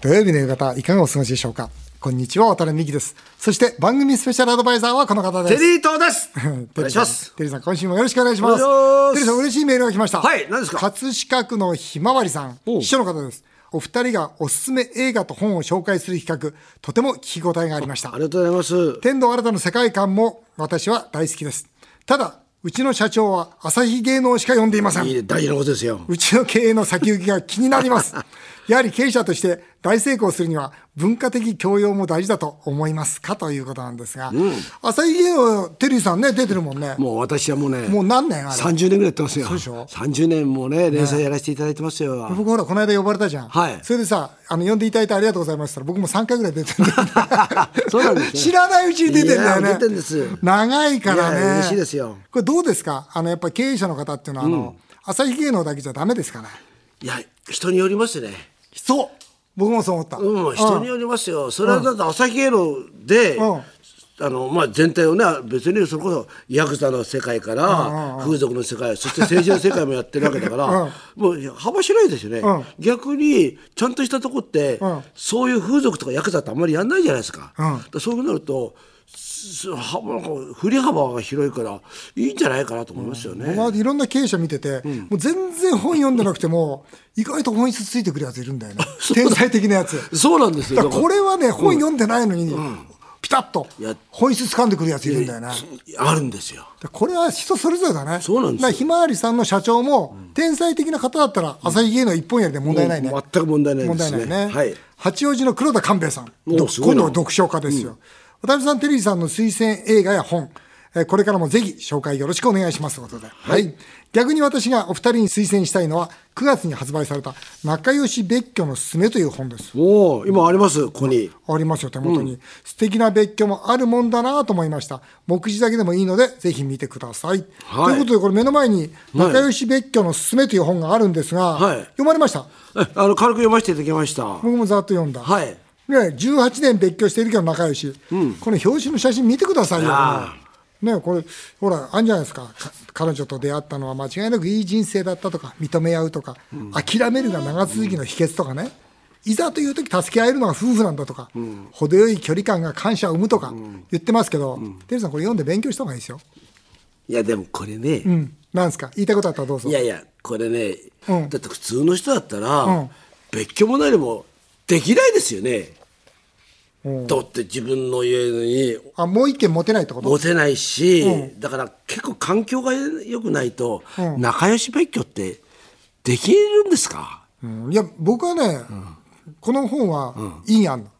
土曜日の夕方いかがお過ごしでしょうかこんにちは渡辺美希ですそして番組スペシャルアドバイザーはこの方でテすリー東です。お テ願リーいしさんます。テリーさん今週もよろしくお願いしますお願いしますテリーさん嬉しいメールが来ましたはい何ですか葛飾区のひまわりさんおう秘書の方ですお二人がおすすめ映画と本を紹介する企画とても聞き応えがありましたありがとうございます。天童新たの世界観も私は大好きですただうちの社長は朝日芸能しか読んでいませんいいね、大事なことですよ。うちの経営の先行きが気になり ます。やはり経営者として大成功するには文化的教養も大事だと思いますかということなんですが、朝日芸能テリーさんね出てるもんね。もう私はもうね、もう何年あれ。 30年ぐらいやってますよ。そうでしょ30年もね、連載やらせていただいてますよ。僕ほらこの間呼ばれたじゃん。はいそれでさあの呼んでいただいてありがとうございましたら僕も3回ぐらい出てるんだ よね。そうなんですね知らないうちに出てんだよいね。や出てんです長いからね。いや嬉しいですよ。これどうですか。あのやっぱり経営者の方っていうのはあの、朝日芸能だけじゃダメですかね。いや、人によりますね。そう。僕もそう思った。うん、人によりますよ。それはだって朝日芸能で、うんあのまあ、全体をね別にそれこそヤクザの世界から、風俗の世界そして政治の世界もやってるわけ だから、もう幅広いですよね、うん逆にちゃんとしたとこって、うんそういう風俗とかヤクザってあんまりやんないじゃないですか,、んだからそういうふうになるとすはなんか振り幅が広いからいいんじゃないかなと思いますよね。まあ、いろんな経営者見てて、もう全然本読んでなくて も意外と本質ついてくるやついるんだよね天才的なやつそうなんですよだからこれはね本読んでないのに、ピタッといや本質掴んでくるやついるんだよねだかあるんですよ。らこれは人それぞれだねそうなんでだすよからひまわりさんの社長も、天才的な方だったら朝日芸能一本やりで問題ないね、もう全く問題ない問で題すねないね、はい八王子の黒田官兵衛さんおどすごい今な度は読書家ですよ、渡辺さんテリーさんの推薦映画や本えーこれからもぜひ紹介よろしくお願いしますということで、はい、逆に私がお二人に推薦したいのは9月に発売された「仲良し別居のすすめ」という本ですおお今ありますここに。ありますよ手元に、素敵な別居もあるもんだなと思いました目次だけでもいいのでぜひ見てください、はといいうことでこれ目の前に「はい仲良し別居のすすめ」という本があるんですが、はい読まれましたえあの軽く読ませていただきました。は僕もざっと読んだ、い。ね、18年別居しているけど仲良し、この表紙の写真見てくださいよあ、ね、これほらあるんじゃないですかか彼女と出会ったのは間違いなくいい人生だったとか認め合うとか、諦めるが長続きの秘訣とかねいざという時助け合えるのが夫婦なんだとか、程よい距離感が感謝を生むとか言ってますけど、テリーさんこれ読んで勉強した方がいいですよ、いやでもこれね、うん、なんですか言いたいことあったらどうぞいやいやこれね、うんだって普通の人だったら、うん別居も何もできないですよね。うんだって自分の家にあもう一件持てないってこと持てないし、うだから結構環境が良くないと、うん仲良し別居ってできるんですかうんいや僕はね、この本は、いい案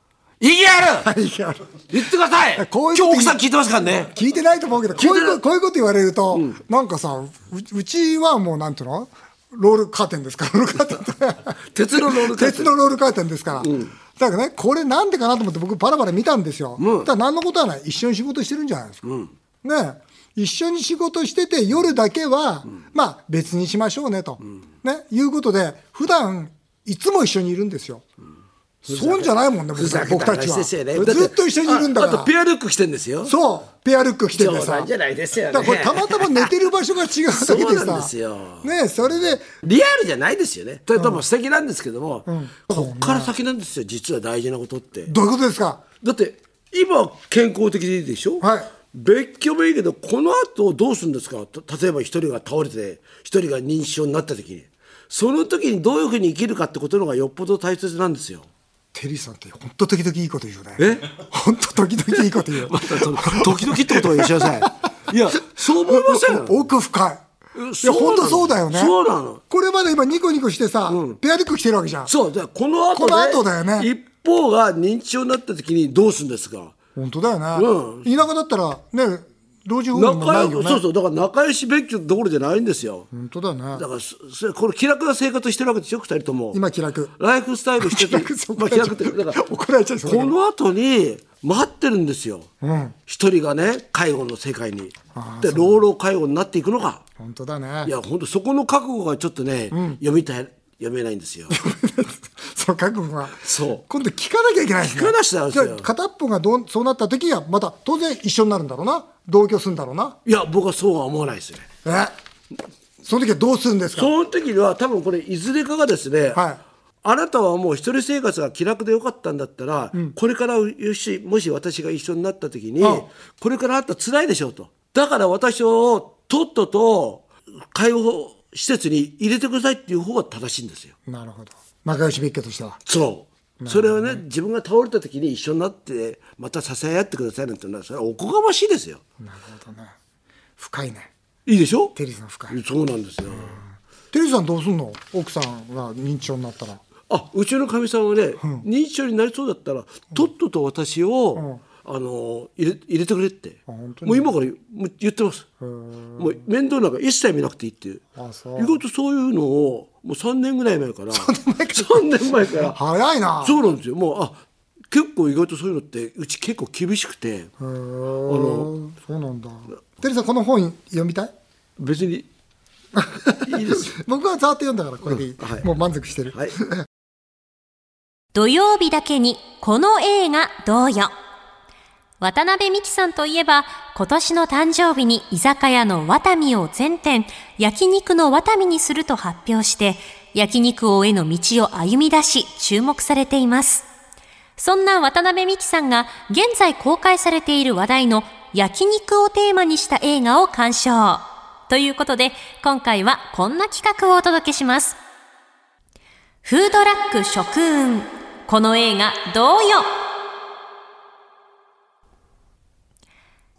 意義あ るいい案言ってくださいこういうこと今日奥さん聞いてますからね。聞いてないと思うけどこういうこ聞いてないとこういうこと言われると、なんかさううちはもうなんていうのロールカーテンですからロールカーテン って鉄のロールカーテン鉄のロールカーテンですから、だからねこれなんでかなと思って僕バラバラ見たんですよ、ただ何のことはない一緒に仕事してるんじゃないですか、ね一緒に仕事してて夜だけは、まあ別にしましょうねと、ねいうことで普段いつも一緒にいるんですよ、そうじゃないもんね僕ふざけ僕たち話は、ですよねずっと一緒にいるんだかあらあとペアルック着てんですよ。そう、ペアルック着てて冗さ。談じゃないですよねだからこれたまたま寝てる場所が違うだけでそうなんさ。ですよねそれで、リアルじゃないですよね。とても素敵なんですけども、んこっから先なんですよ、実は大事なことって。どういうことですかだって、今、健康的でいいでしょ、はい別居もいいけど、この後どうするんですかた例えば一人が倒れて、一人が認知症になった時に。その時にどういうふうに生きるかってことの方がよっぽど大切なんですよ。テリーさんって本当時々いいこと言うね。え本当時々いいこと 言う。またその、時々ってことを言いなさい。いや、 そう思いませんお奥深い。えいそや、うなの本当そうだよね。そうなのこれまで今ニコニコしてさ、ペアルック着てるわけじゃん。そう、だからこの後この後だよね一方が認知症になった時にどうするんですか本当だようね。田舎だったら、ね、老人ホームも仲ない良よくそうね。そうだから仲良し別居どころじゃないんですよ、本当だよだね。からそそれこれ気楽な生活してるわけでしょ二人とも今気 楽。ライフスタイルしてて まあ、気楽ってだから怒られちゃう。この後に待ってるんですようん。一人がね介護の世界にで老老介護になっていくのか本当だねい。や本当そこの覚悟がちょっとね、読みたい読めないんですよ その覚悟がそう今度聞かなきゃいけないですね聞かなしだよじゃあ片っぽがどうそうなった時はまた当然一緒になるんだろうな同居するんだろうないや僕はそうは思わないですねえその時はどうするんですかその時には多分これいずれかがですね、はあなたはもう一人生活が気楽でよかったんだったら、これからよしもし私が一緒になった時に、うんこれからあったら辛いでしょうとだから私をとっとと介護施設に入れてくださいっていう方が正しいんですよ。なるほど仲良し別居としてはそうそれはね自分が倒れた時に一緒になってまた支え合ってくださいなんてのはそれはおこがましいですよ。なるほどね深いねいいでしょテリーさん深いそうなんですよ。テリーさんどうすんの奥さんが認知症になったらあうちのかみさんはね、認知症になりそうだったらとっとと私を、あの入れ入れてくれって本当もう今からもう言ってますもう面倒なんか一切見なくていいっていうあそう意外とそういうのをもう3年ぐらい前から3年前から早いなそうなんですよもうあ結構意外とそういうのってうち結構厳しくてへーそうなんだテリーさんこの本読みたい別にいいですよ僕はざーっと読んだからこれでいい、うんはいもう満足してる、はい土曜日だけにこの映画どうよ渡辺美樹さんといえば今年の誕生日に居酒屋のワタミを全店焼肉のワタミにすると発表して焼肉王への道を歩み出し注目されていますそんな渡辺美樹さんが現在公開されている話題の焼肉をテーマにした映画を鑑賞ということで今回はこんな企画をお届けしますフードラック食運この映画どうよ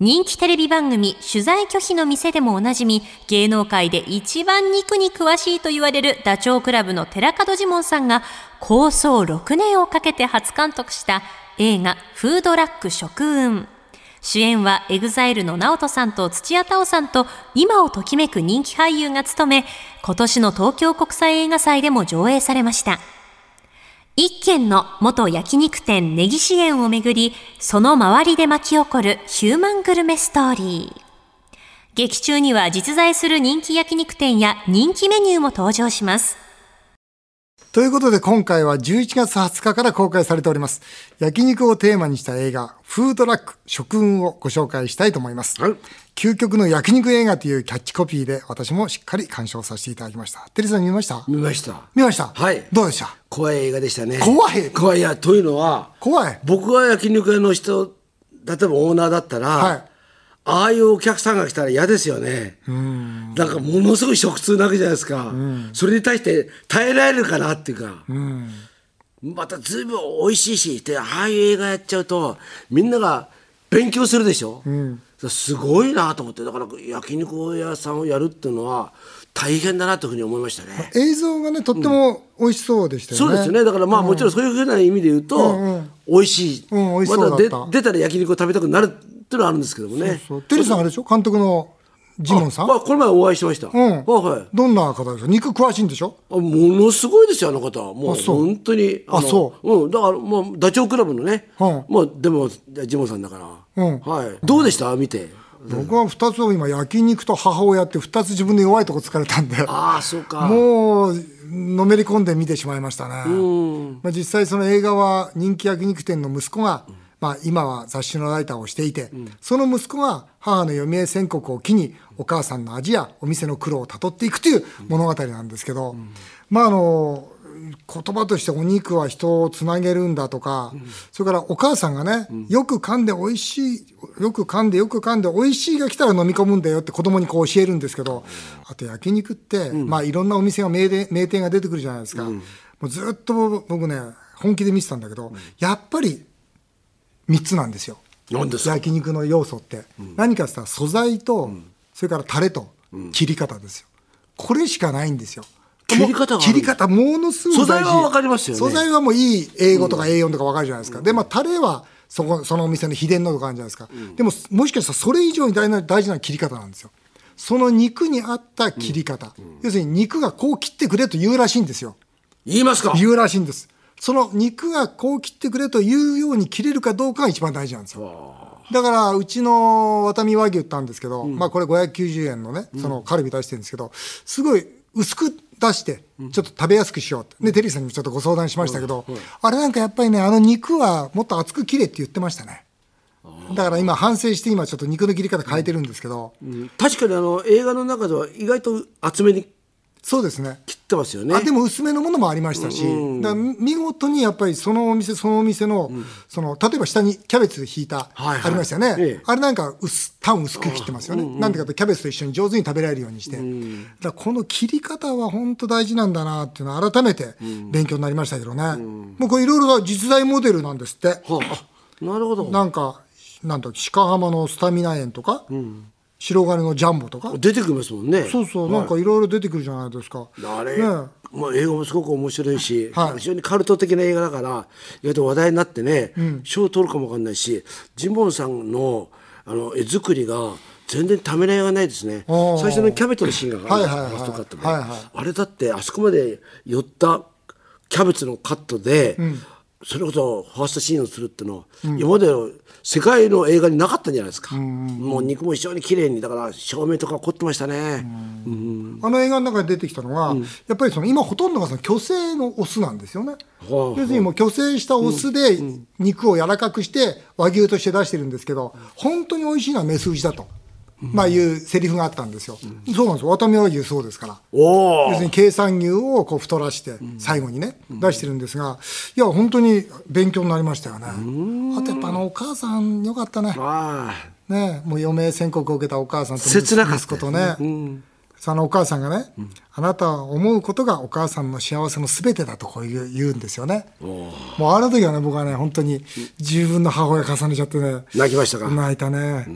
人気テレビ番組取材拒否の店でもおなじみ芸能界で一番肉に詳しいと言われるダチョウ倶楽部の寺門ジモンさんが構想6年をかけて初監督した映画フードラック食運主演は EXILE の NAOTO さんと土屋太鳳さんと今をときめく人気俳優が務め今年の東京国際映画祭でも上映されました一軒の元焼肉店ネギ支援をめぐりその周りで巻き起こるヒューマングルメストーリー劇中には実在する人気焼肉店や人気メニューも登場しますということで今回は11月20日から公開されております焼肉をテーマにした映画「フードラック食運」をご紹介したいと思います、はい究極の焼肉映画というキャッチコピーで私もしっかり鑑賞させていただきましたテリーさん見ました見ました見ましたはいどうでした怖い映画でしたね怖い怖いいやというのは怖い僕が焼肉屋の人例えばオーナーだったら、はいああいうお客さんが来たら嫌ですよねなんかものすごい食通なわけじゃないですか、それに対して耐えられるかなっていうか、また随分美味しいしでああいう映画やっちゃうとみんなが勉強するでしょ、すごいなと思ってだから焼肉屋さんをやるっていうのは大変だなというふうに思いましたね。映像がねとっても美味しそうでしたよね、そうですよねだからまあもちろんそういうふうな意味で言うと、うんうん美味しい、うん美味しそうだまったたで出たら焼肉を食べたくなるっていうのはあるんですけどもねそうテリーさんあれでしょ監督のジモンさん、まあ、この前お会いしましうた、んはいはいどんな方ですか肉詳しいんでしょあものすごいですよあの方もうあそう本当にの、あそうん、だからもうダチョウ倶楽部のね、うんまあでもジモンさんだから、うんはい、どうでした見て僕は2つを今焼肉と母親って2つ自分の弱いとこ疲れたんでああそうかもうのめり込んで見てしまいましたね、まあ、実際その映画は人気焼肉店の息子が、まあ、今は雑誌のライターをしていて、その息子が母の余命宣告を機にお母さんの味やお店の苦労をたどっていくという物語なんですけど、まああの言葉としてお肉は人をつなげるんだとか、それからお母さんがね、よく噛んで美味しい、よく噛んでよく噛んで美味しいが来たら飲み込むんだよって子供にこう教えるんですけど、あと焼肉って、まあいろんなお店が名店、名店が出てくるじゃないですか。もうずっと僕ね、本気で見てたんだけど、やっぱり3つなんですよ。何ですか焼肉の要素って、何かって言ったら素材と、それからタレと切り方ですよ、これしかないんですよ切り方があるんだ切り方ものすごい大事素材はわかりますよね素材はもういい英語とか A4 とかわかるじゃないですか、でまあタレはそこそのお店の秘伝のとかあるじゃないですか、でももしかしたらそれ以上に大事な大事な切り方なんですよその肉に合った切り方、要するに肉がこう切ってくれと言うらしいんですよ言いますか言うらしいんですその肉がこう切ってくれというように切れるかどうかが一番大事なんですよだからうちのワタミ和牛ってあるんですけど、まあこれ590円のねそのカルビ出してるんですけどすごい薄く出してちょっと食べやすくしようって、でテリーさんにもちょっとご相談しましたけど、あれなんかやっぱりねあの肉はもっと厚く切れって言ってましたねだから今反省して今ちょっと肉の切り方変えてるんですけど、確かにあの映画の中では意外と厚めにそうですね切ってますよねあでも薄めのものもありましたし、だから見事にやっぱりそのお店そのお店の,、その例えば下にキャベツ引いた、はいはいありましたよね、ええあれなんか薄タン薄く切ってますよね、なんでかというとキャベツと一緒に上手に食べられるようにして、だからこの切り方は本当大事なんだなっていうのは改めて勉強になりましたけどね、もうこれいろいろ実在モデルなんですって、はああなるほどなんかなんと鹿浜のスタミナ園とか、白金のジャンボとか出てきますもんねそうそう、はいなんかいろいろ出てくるじゃないですかあれ、ねまあ、映画もすごく面白いし、はい非常にカルト的な映画だから意外と話題になってね賞、を取るかもわかんないしジモンさんのあの絵作りが全然ためらいがないですねー最初のキャベツのシーンがはいあはいはいラストカットではいはいあれだってあそこまで寄ったキャベツのカットで、それこそファーストシーンをするってのは、今までの世界の映画になかったんじゃないですか、もう肉も非常に綺麗にだから照明とか凝ってましたね、あの映画の中で出てきたのは、やっぱりその今ほとんどがその虚勢のオスなんですよね。はあ要するにもう虚勢したオスで肉を柔らかくして和牛として出してるんですけど、本当に美味しいのはメス牛だと、まあいうセリフがあったんですよ。そうなんですよ。渡辺和牛そうですから。おお要するに計算牛をこう太らして最後にね出してるんですがいや本当に勉強になりましたよねあとやっぱあのお母さんよかったねああねもう余命宣告を受けたお母さんと切なかった息子とね、そのお母さんがね、あなたは思うことがお母さんの幸せのすべてだとこう言う言うんですよねもうあの時はね僕はね本当に自分の母親重ねちゃってね泣きましたか泣いたねう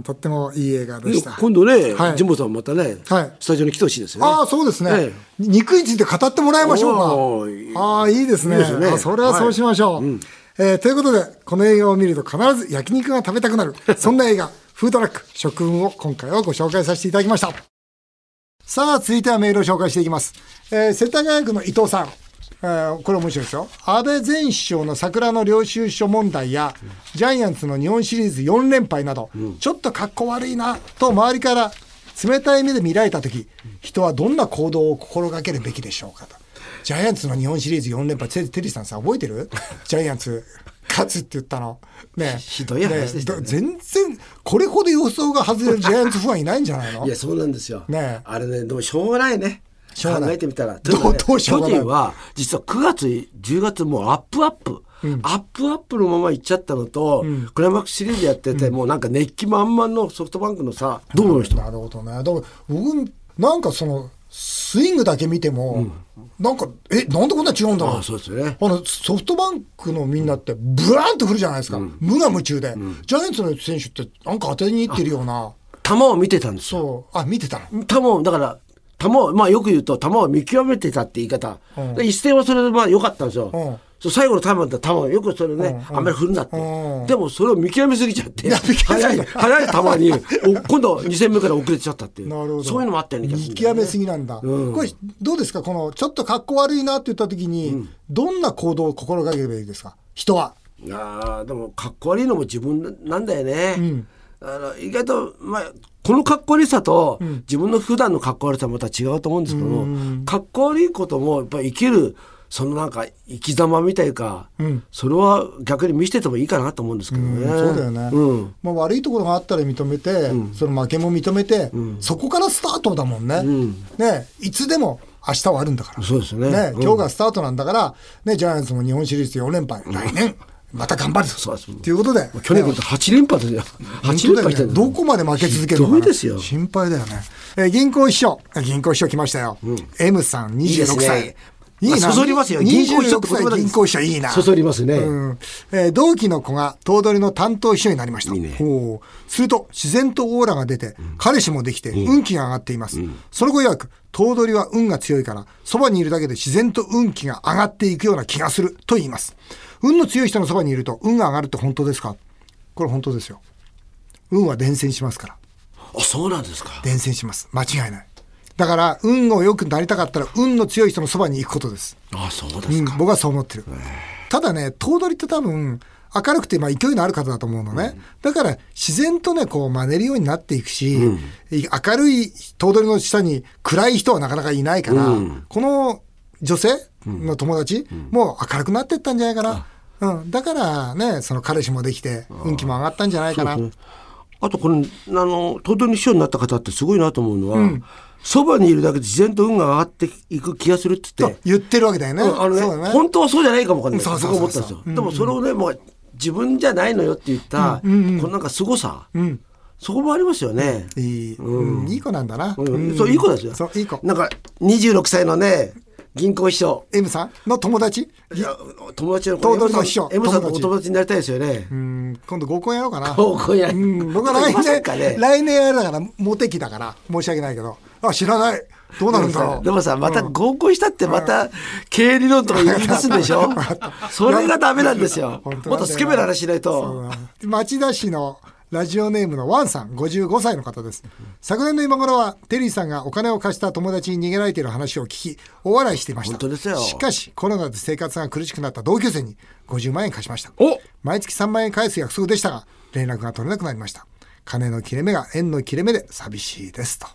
んとってもいい映画でした今度ね、はい神保さんまたね、はいスタジオに来てほしいですよね。ああそうですね、え肉について語ってもらいましょおうーかああいいですねいいですねあそれはそうしましょう、えーということでこの映画を見ると必ず焼肉が食べたくなるそんな映画「フードラック食運」を今回はご紹介させていただきましたさあ続いてはメールを紹介していきます、えー世田谷区の伊藤さんえーこれ面白いですよ安倍前首相の桜の領収書問題やジャイアンツの日本シリーズ4連敗など、ちょっと格好悪いなと周りから冷たい目で見られた時人はどんな行動を心がけるべきでしょうかとジャイアンツの日本シリーズ4連敗テテリーさんさ覚えて るジャイアンツ勝つって言ったのねえひどい話でしたよえどね全然これほど予想が外れるジャイアンツファンいないんじゃないのいやそうなんですよ。ねえあれねでもしょうがないね。しょうがない考えてみたどら、うというかねどうしようがない巨人は実は9月10月もうアップアップ、アップアップのまま行っちゃったのと、クライマックスシリーズやってて、もうなんか熱気満々のソフトバンクのさ、どう思いました？なるほどね。だから僕なんかそのスイングだけ見ても、なんかえなんでこんな違うんだろう。ああそうですよねあのソフトバンクのみんなってブランと振るじゃないですか。無我夢中で、ジャイアンツの選手ってなんか当てにいってるような。球を見てたんですよ。そうあ見てたの。球をだから球をまあよく言うと球を見極めてたって言い方、で一戦はそれでまあ良かったんですよ、うんそう最後の球だったら球をよくそれね、あんまり振るなって、うんでもそれを見極めすぎちゃって、見極めす早ぎいた早い球にお今度2戦目から遅れちゃったっていうなるほどそういうのもあったような気がする見んだよ極ねめすぎなんだ、これどうですかこのちょっと格好悪いなって言った時に、どんな行動を心がければいいですか人は。いやーでもかっこ悪いのも自分なんだよね、あの意外と、まあ、このかっこ悪さと、自分の普段のかっこ悪さはまた違うと思うんですけども、かっこ悪いこともやっぱり生きるそのなんか生き様みたいか、それは逆に見せててもいいかなと思うんですけどね。そうだよね、うんまあ、悪いところがあったら認めて、その負けも認めて、そこからスタートだもんね,、ねいつでも明日はあるんだからそうですねうん今日がスタートなんだから、ね、ジャイアンツも日本シリーズ4連敗来年また頑張るそうぞですということで去年これ8連覇ですよ。本8当だよ連覇しねてるんだよどこまで負け続けるのかなひどいですよ心配だよね、えー銀行秘書あ銀行秘書来ましたよ、M さんいいです26ね歳まあそそりますよ銀行秘書っ26て言葉だ歳銀行秘書いいなそそりますね。うんえー同期の子が頭取の担当秘書になりましたいねおーすると自然とオーラが出て、彼氏もできて運気が上がっています、その後曰く頭取は運が強いからそばにいるだけで自然と運気が上がっていくような気がすると言います運の強い人のそばにいると運が上がるって本当ですかこれ本当ですよ運は伝染しますからあそうなんですか。伝染します間違いないだから運を良くなりたかったら運の強い人のそばに行くことですあそうですうかん、。僕はそう思ってる。ただね、頭取って多分、明るくて、まあ、勢いのある方だと思うのね。だから、自然とね、こう、真似るようになっていくし、い明るい頭取の下に暗い人はなかなかいないから、この女性の友達、もう明るくなってったんじゃないかな。うん、だからね、その彼氏もできて、運気も上がったんじゃないかな。あとこのあの東京に師匠になった方ってすごいなと思うのはそば、にいるだけで自然と運が上がっていく気がするって言って言ってるわけだよね。うんあのねそうだね。本当はそうじゃないかもわかんないそう僕そうはそう思そうったんですよ、でもそれをねもう自分じゃないのよって言った、このなんか凄さ、そこもありますよね、いい、うんいい子なんだな。うんそういい子ですよそういい子なんか26歳のね銀行秘書 M さんの友達いや友達の頭取の秘書 M さんの友達お友達になりたいですよね、うん今度合コンやろうかな。高校やりうん、僕はで来き ませんか年、ね来年あれだから、モテ期だから、申し訳ないけど。あ、知らない。どうなるんだろう。でもさ、また合コンしたって、また経営理論とか言い出すんでしょそれがダメなんですよ。本もっ当なんだよなとスケベな話しないそうと。だ町田市のラジオネームのワンさん55歳の方です昨年の今頃はテリーさんがお金を貸した友達に逃げられている話を聞き大笑いしていました本当ですよしかしコロナで生活が苦しくなった同級生に50万円貸しましたお毎月3万円返す約束でしたが連絡が取れなくなりました金の切れ目が縁の切れ目で寂しいですと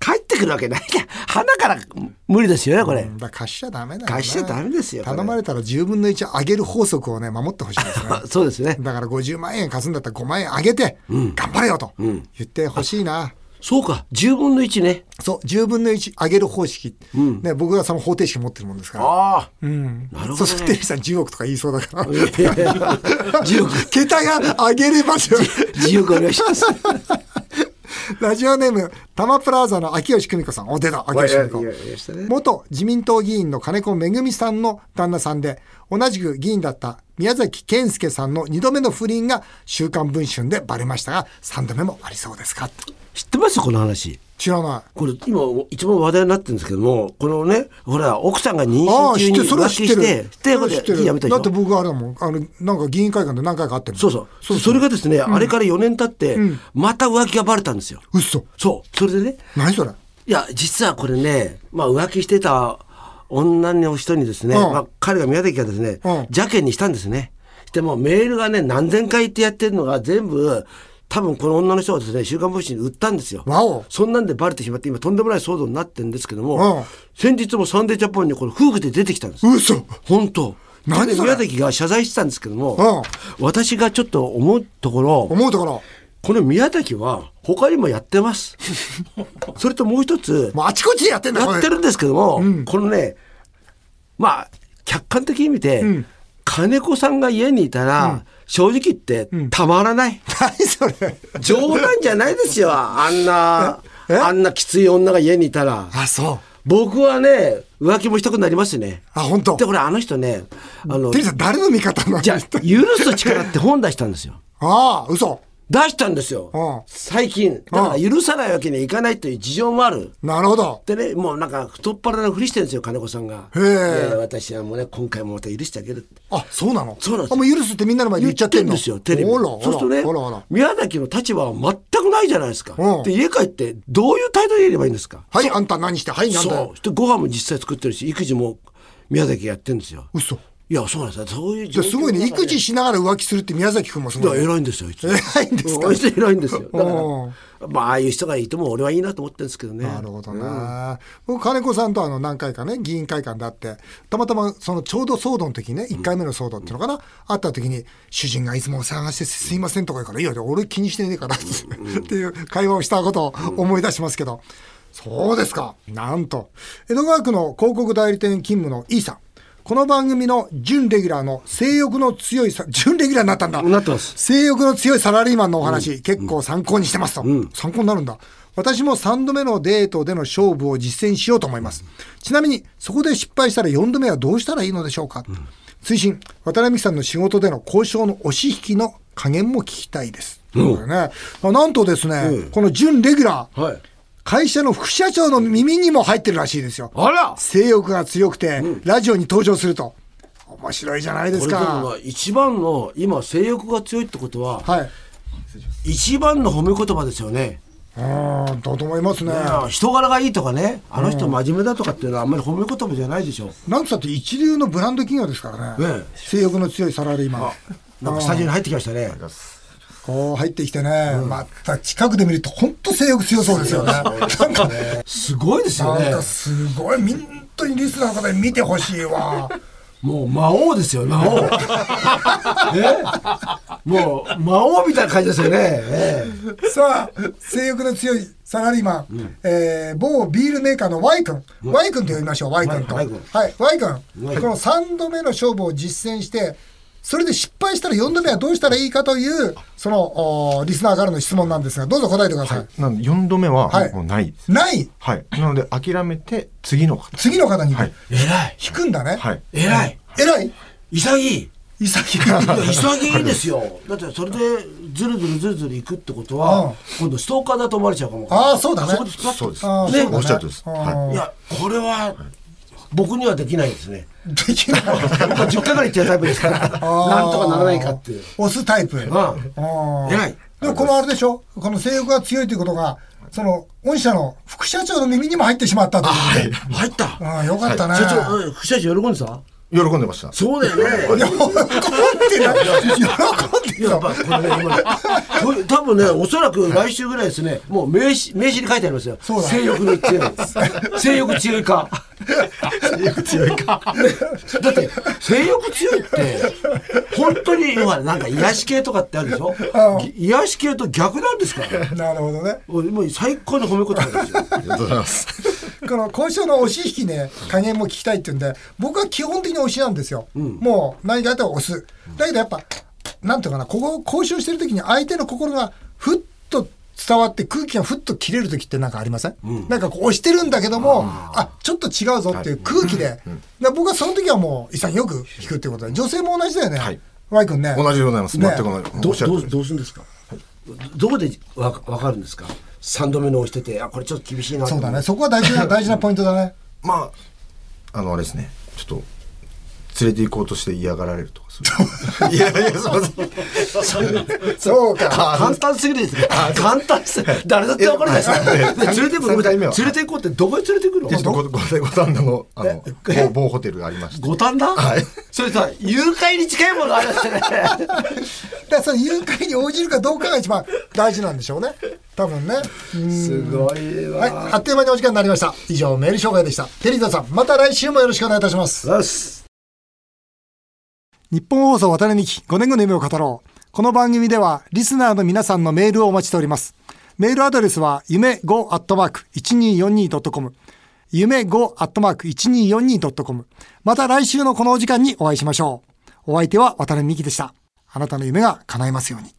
帰ってくるわけないじゃん。花から無理ですよね、これ。だから貸しちゃダメだよな貸しちゃダメですよこれ頼まれたら10分の1上げる法則をね守ってほしい ですねそうですね。だから50万円貸すんだったら5万円上げて、頑張れよと言ってほしいな、そうか、10分の1ね。そう10分の1上げる方式、ね、僕がその方程式持ってるもんですから。ああ。 なるそほうどそう、テね。リーさん10億とか言いそうだから。 10億、桁が上げれますよ。 10億お願いします。 ラジオネーム、タマプラザの秋吉久美子さん。お、出た、秋吉久美いや子いやいやしたね。元自民党議員の金子めぐみさんの旦那さんで、同じく議員だった宮崎健介さんの2度目の不倫が週刊文春でバレましたが、3度目もありそうですかって知ってますこの話。知らない。これ今一番話題になってるんですけどもこのねほら奥さんが妊あ娠あ、中知っにてる、それは浮知気ってしてる。でそこれれはで火やめたでだしってょ僕あれだもん、あの、なんか議員会館で何回か会ってるもんそうそうそれがですね、あれから4年経って、また浮気がバレたんですよ嘘そうそれでね何それいや実はこれね、まあ、浮気してた女の人にですね、うんまあ、彼が宮崎がですね、うん邪険にしたんですねでもうメールがね何千回ってやってるのが全部多分この女の人がですね「週刊文春」に売ったんですよわおそんなんでバレてしまって今とんでもない騒動になってるんですけどうも、ん先日も「サンデージャポン」にこの夫婦で出てきたんです嘘本当何でそれ宮崎が謝罪してたんですけども、私がちょっと思うところ思うところ、この宮崎は他にもやってます それともう一つもうあちこちでやってんだやってるるんですけども、このねまあ客観的に見て、金子さんが家にいたら、正直言ってたまらない、何それ 冗談じゃないですよあんなえあんなきつい女が家にいたらあ、そう。僕はね浮気もしたくなりますねあ、本当で。これあの人ねあのテリーさん、誰の味方なのじゃあ許す力って本出したんですよああ、嘘。出したんですよ、うん最近だから許さないわけにはいかないという事情もあるなるほど。でねもうなんか太っ腹なふりしてるんですよ金子さんがへえいやいや私はもうね今回もまた許してあげるってあ、そうなのそうなんですあ、もう許すってみんなの前で言っちゃってんの言ってんですよテレビあらあらそうするとねあらあら。宮崎の立場は全くないじゃないですか、うんで家帰ってどういう態度でいればいいんですかはい、あんた何して、はい、なんだそよう。でご飯も実際作ってるし育児も宮崎がやってるんですよ嘘。いやそうなんですよそういうじ状ゃあ況すごいね、の中で育児しながら浮気するって宮崎君もすいやごいね。偉いんですよいつ も偉いんですかうんあいつ偉いんですよだかうんらまあああいう人がいても俺はいいなと思ってるんですけどねなるほどな、僕金子さんとあの何回かね議員会館で会ってたまたまそのちょうど騒動の時にね1回目の騒動っていうのかな、会った時に「主人がいつもお騒がしてすいません」とか言うから「いやいや俺気にしてねえから」っていう会話をしたことを思い出しますけど、そうですかなんと江戸川区の広告代理店勤務の E さんこの番組の準レギュラーの性欲の強いさ準レギュラーになったんだなってます性欲の強いサラリーマンのお話、結構参考にしてますと、参考になるんだ私も3度目のデートでの勝負を実践しようと思いますちなみにそこで失敗したら4度目はどうしたらいいのでしょうか、推進渡辺美樹さんの仕事での交渉の押し引きの加減も聞きたいです、ということでね、なんとですね、この準レギュラー、はい会社の副社長の耳にも入ってるらしいですよあら性欲が強くて、ラジオに登場すると面白いじゃないでこすれでもかまあ一番の今性欲が強いってことは、はい一番の褒め言葉ですよねうんだと思いますね人柄がいいとかねあの人真面目だとかっていうのはあんまり褒め言葉じゃないでしょなんつったって一流のブランド企業ですからね、ええ性欲の強いサラリーマンなんかスタジオに入ってきましたねこう入ってきてね、また近くで見ると本当性欲強そうですよねなんかねすごいですよなんねかすごいみんとにリスナーの方に見てほしいわ もう魔王ですよ魔王えもう魔王みたいな感じですよね。え さあ、性欲の強いサラリーマン、えー某ビールメーカーの Y 君、Y 君と呼びましょう、Y 君と。は Y い君、 Y 君、 Y 君この3度目の勝負を実践して、それで失敗したら4度目はどうしたらいいかという、その、おーリスナーからの質問なんですが、どうぞ答えてください。なんで4度目ははいもうないです。ないはい。なので諦めて次の方。次の方に、はい。え偉い。引くんだね。はい。偉い。偉い潔い。潔い。 潔いですよ。だってそれでずるずるずるずる行くってことうはん、今度ストーカーだと思われちゃうかも。あーそうだねこでスパッとそうです。あーおっそうだねしゃるとです。あはいや、これは僕にはできないです ね。でき ない。僕は10回ぐらい行っちゃうタイプですから、 なんとかならないかっていう。押すタイプ。うんあー偉い。でもこのあれでしょこの性欲が強いということが、その、御社の副社長の耳にも入ってしまったという。はい。 入った。ああ、よかったね。社長、うん副社長喜んでたい。喜んでました。そうだ よいねや。喜んでない。喜んでいややっぱこれね、今これ多分ね、おそらく来週ぐらいですね、もう名刺名刺に書いてありますよ。そうだ性欲の強い。性欲強いか。性欲強いか。だって、性欲強いって、本当に、今なんか癒し系とかってあるでしょう癒し系と逆なんですからない。ね。なるほどね。おもう最高の褒め言葉ですよ。ありがとうございます。この今週の押し引きね、加減も聞きたいって言うんで、僕は基本的に押しなんですよ。もう何かあったら押す。だけどやっぱ、なんていうかな、ここを交渉してる時に相手の心がふっと伝わって空気がふっと切れる時ってなんかありません、なんかこう押してるんだけども、あ、ちょっと違うぞっていう空気で、で僕はその時はもう潔く引くってことで、女性も同じだよね。はいワイ君ね。同じでございます。ね全く同じ。どおっうしゃるどとおうどうりですするんですか。どこでわわかるんですか。三度目の押しててあこれちょっと厳しいなとそう思だね。。そこは大事な、大事なポイントだ ね。まあ、あの、あれですね。ちょっと、連れて行こうとして嫌がられるとか、そう いういやいや、すいません。そうか。簡単すぎるですね。簡単すぎる。誰だってわかるじゃないですか。で連れてくる三回目連はれて行こうってどこへ連れてくるのちょっ。とご、ご、ご旦那の、あのえ、某某ホテルがありまして。五反田。はいそれさ誘拐に近いものあるんですね。 だからその誘拐に応じるかどうかが一番大事なんでしょうね。多分ね。すごいはい、わ。あっという間にお時間になりました。以上、メール紹介でした。テリーザさん、また来週もよろしくお願いいたします。よし。日本放送渡辺美希5年後の夢を語ろう。この番組ではリスナーの皆さんのメールをお待ちしております。メールアドレスは夢 5-1242.com 夢 5-1242.com また来週のこのお時間にお会いしましょう。お相手は渡辺美希でした。あなたの夢が叶いますように。